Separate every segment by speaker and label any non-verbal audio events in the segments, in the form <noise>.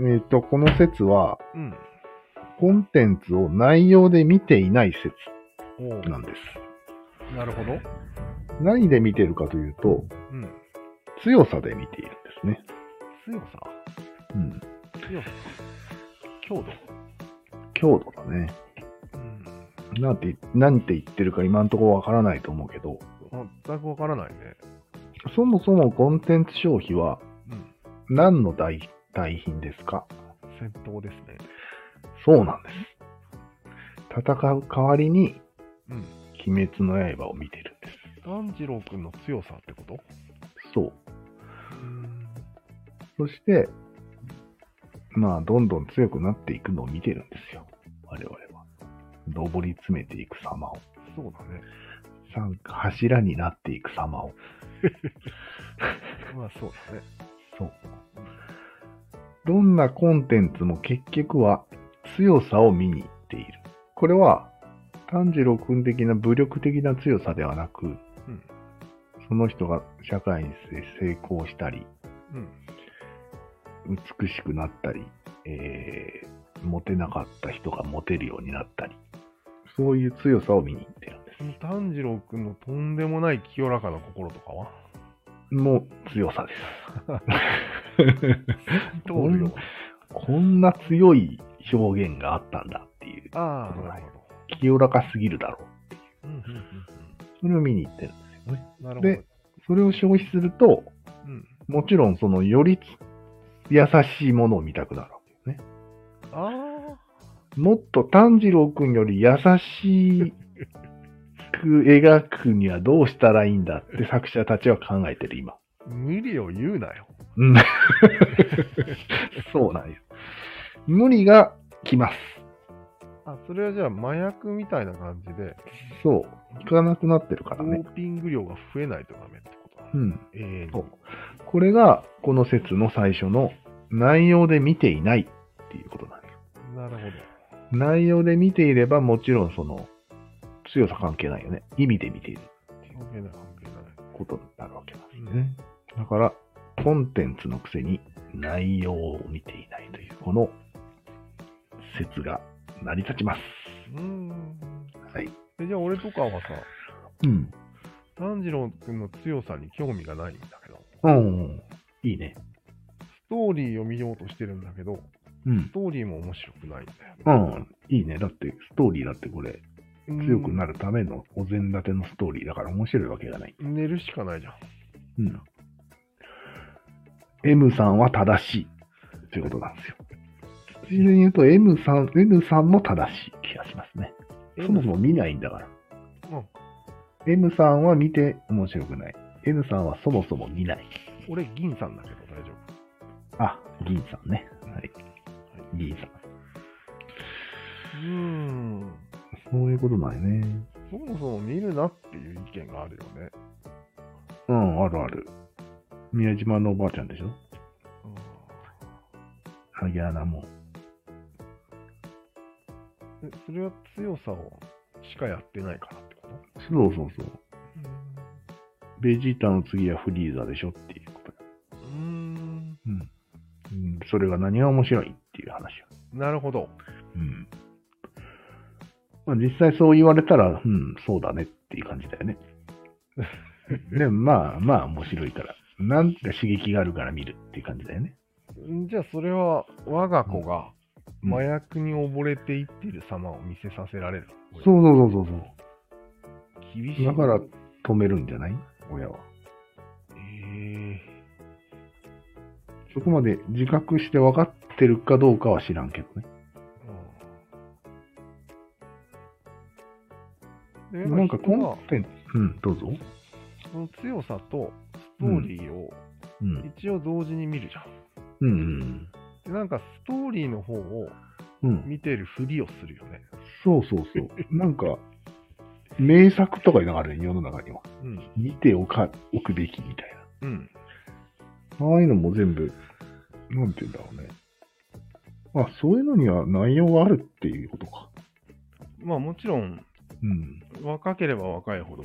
Speaker 1: えっ、と、この説は、
Speaker 2: うん。
Speaker 1: コンテンツを内容で見ていない説
Speaker 2: おう
Speaker 1: なんです。
Speaker 2: なるほど。
Speaker 1: 何で見てるかというと、
Speaker 2: うん。
Speaker 1: 強さで見ているんですね。
Speaker 2: 強さ
Speaker 1: うん。
Speaker 2: 強さ強度
Speaker 1: 強度だね。
Speaker 2: うん。
Speaker 1: なんて、なんて言ってるか今のところわからないと思うけど、
Speaker 2: 全くわからないね。
Speaker 1: そもそもコンテンツ消費は
Speaker 2: うん。
Speaker 1: 何の代代品ですか
Speaker 2: 戦闘ですね。
Speaker 1: そうなんです。戦う代わりに、
Speaker 2: うん。
Speaker 1: 鬼滅の刃を見てるんです。
Speaker 2: 炭治郎くんの強さってこと
Speaker 1: そう。
Speaker 2: うん。
Speaker 1: そして、まあ、どんどん強くなっていくのを見てるんですよ。我々は。登り詰めていく様を。
Speaker 2: そうだね。
Speaker 1: 三柱になっていく様を。
Speaker 2: まあそうだね。
Speaker 1: そう。どんなコンテンツも結局は強さを見に行っている。これは炭治郎君的な武力的な強さではなく、
Speaker 2: ん
Speaker 1: その人が社会に成功したり、
Speaker 2: うん。
Speaker 1: 美しくなったり、えー、モテなかった人がモテるようになったり、そういう強さを見に行ってるんで
Speaker 2: その炭治郎くんのとんでもない清らかな心とかは
Speaker 1: す。もう強さ
Speaker 2: <laughs>
Speaker 1: です。
Speaker 2: 通るよ。
Speaker 1: こんな強い表現があったんだっていう。
Speaker 2: ああ、なるほど。
Speaker 1: 清らかすぎるだろう。
Speaker 2: うんうん
Speaker 1: それを見に行ってる。
Speaker 2: うんうん。なるほど。
Speaker 1: でそれを消費すると、
Speaker 2: うん。
Speaker 1: もちろんそのより優しいものを見たくなるわけですね。
Speaker 2: あ
Speaker 1: もっと炭治郎くんより優しく描くにはどうしたらいいんだって作者たちは考えてる今。
Speaker 2: あ、無理を言うなよ。
Speaker 1: うんそうなんです。無理が来ます。
Speaker 2: あ、それはじゃあ麻薬みたいな感じで、
Speaker 1: そう。行かなくなってるか
Speaker 2: ド
Speaker 1: らね。
Speaker 2: ーピング量が増えないとダメってことだ
Speaker 1: う
Speaker 2: ね。
Speaker 1: ん。
Speaker 2: ええ
Speaker 1: そうこれがこの説の最初の内容で見ていないっていうことなんです。
Speaker 2: なるほど。
Speaker 1: 内容で見ていればもちろんその強さ関係ないよね。意味で見ている
Speaker 2: 関係ない関係ない。
Speaker 1: ことになるわけなんです
Speaker 2: うん
Speaker 1: ね。だからコンテンツのくせに内容を見ていないというこの説が成り立ちます。
Speaker 2: うーん。
Speaker 1: はい。
Speaker 2: えじゃあ俺とかはさ、
Speaker 1: うん。
Speaker 2: 炭治郎くんの強さに興味がないんだけど、
Speaker 1: うん。いいね。
Speaker 2: ストーリーを見ようとしてるんだけど、
Speaker 1: うん
Speaker 2: ス。トーリーも面白くないんだよね。
Speaker 1: うん。いいね。だってストーリーだってこれ
Speaker 2: うん
Speaker 1: 強くなるためのお膳立てのストーリーだから面白いわけがない。
Speaker 2: 寝るしかないじゃん。
Speaker 1: うん。M さんは正しい。ということなんですよ。ついでに言うと M さん、N さんも正しい気がしますね。そもそも見ないんだから。
Speaker 2: うん、
Speaker 1: M さんは見て面白くない。N さんはそもそも見ない。
Speaker 2: 俺、銀さんだけど大丈
Speaker 1: あ、銀さんね。はい。銀さん。
Speaker 2: 夫。うーん。
Speaker 1: そういうことなんよね。
Speaker 2: そもそも見るなっていう意見があるよね。
Speaker 1: うん、あるある。宮島のおばあちゃんでしょ
Speaker 2: うん
Speaker 1: 萩原も。
Speaker 2: えそれは強さをしかやってないからってこと
Speaker 1: そうそうそう。ベジータの次はフリーザでしょっていうこと。
Speaker 2: うーん。
Speaker 1: うん、それが何が面白いっていう話よ。
Speaker 2: なるほど。
Speaker 1: うん。まあ実際そう言われたら、うん、そうだねっていう感じだ <laughs> よね。でもまあまあ面白いから。なんか刺激があるから見るっていう感じだよね。
Speaker 2: んじゃあそれは我が子が
Speaker 1: うん
Speaker 2: 麻薬に溺れていってる様を見せさせられる。。
Speaker 1: そううそうそうそう
Speaker 2: 厳
Speaker 1: そ
Speaker 2: し
Speaker 1: う。
Speaker 2: い。
Speaker 1: だから止めるんじゃない親は。
Speaker 2: ええ
Speaker 1: そこまで自覚して分かってるかどうかは知らんけどね。
Speaker 2: うんで
Speaker 1: なんかコ
Speaker 2: 人は
Speaker 1: ンテンツ。うん、どうぞ。
Speaker 2: その強さとストーリーを
Speaker 1: うん。
Speaker 2: 一応同時に見るじゃん。
Speaker 1: うん、
Speaker 2: でなんかストーリーの方を
Speaker 1: うん。うん。
Speaker 2: 見てるふりをするよね。
Speaker 1: そうそうそう。なんか、名作とかいうのがあるね、世の中には。
Speaker 2: うん。
Speaker 1: 見ておかおくべきみたいな。
Speaker 2: うん。
Speaker 1: ああいうのも全部、なんて言うんだろうね。あ、そういうのには内容があるっていうことか。
Speaker 2: まあもちろん
Speaker 1: うん。
Speaker 2: 若ければ若いほど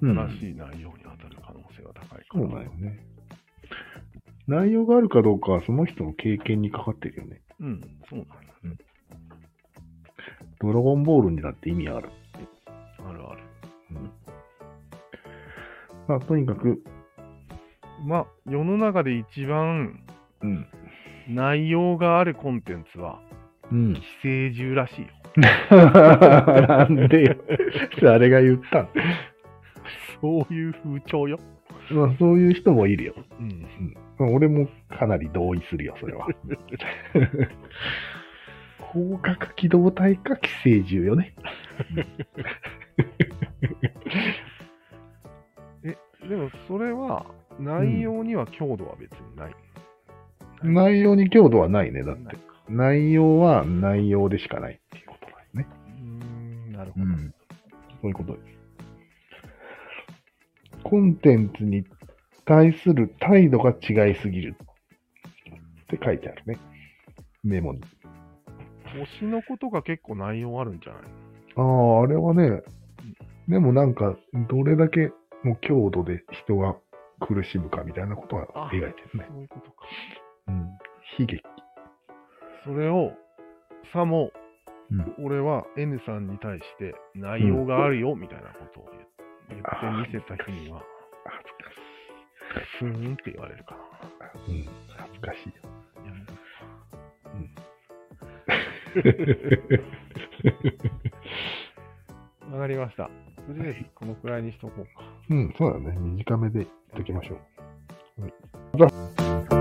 Speaker 2: 新しい内容に当たる可能性は高いから。
Speaker 1: よね。内容があるかどうかはその人の経験にかかってるよね。
Speaker 2: うん、そうなんだね。
Speaker 1: ドラゴンボールにだって意味ある。
Speaker 2: あるある。
Speaker 1: まあ、とにかく、
Speaker 2: まあ、世の中で一番
Speaker 1: うん。
Speaker 2: 内容があるコンテンツは、
Speaker 1: うん。 <laughs>
Speaker 2: 寄生獣らしいよ。 <laughs>
Speaker 1: なんでよ。 <laughs> 誰が言ったん
Speaker 2: そういう風潮よ。
Speaker 1: まあ、そういう人もいるよ。
Speaker 2: うん。
Speaker 1: まあ俺もかなり同意するよ、それは。 <laughs> 広角機動隊か寄生獣よね。
Speaker 2: でも、それは、内容には強度は別にない。
Speaker 1: 内容に強度はないね、だっ
Speaker 2: な
Speaker 1: て
Speaker 2: い。か
Speaker 1: 内容は内容でしかないっていうことだよね。
Speaker 2: うーん、なるほ
Speaker 1: う
Speaker 2: ど。
Speaker 1: ん。そういうことです。コンテンツに対する態度が違いすぎるって書いてあるね。メモに。
Speaker 2: 推しのことが結構内容あるんじゃない
Speaker 1: ああ、あれはね、でもなんか、どれだけの強度で人が苦しむかみたいなことは描いてるね。
Speaker 2: そういうことか。
Speaker 1: うん。悲劇。
Speaker 2: それを、さも、
Speaker 1: うん
Speaker 2: 俺は N さんに対して内容があるよみたいなことを言っ
Speaker 1: あー
Speaker 2: 言ってみせた日には、
Speaker 1: 恥ずかしい。
Speaker 2: ふーんって言われるかな。
Speaker 1: <laughs> うん、恥ずかしいよ。
Speaker 2: わかりました。とりあえずこのくらいにしとこうか。
Speaker 1: うん、そうだね。短めで言っときましょう。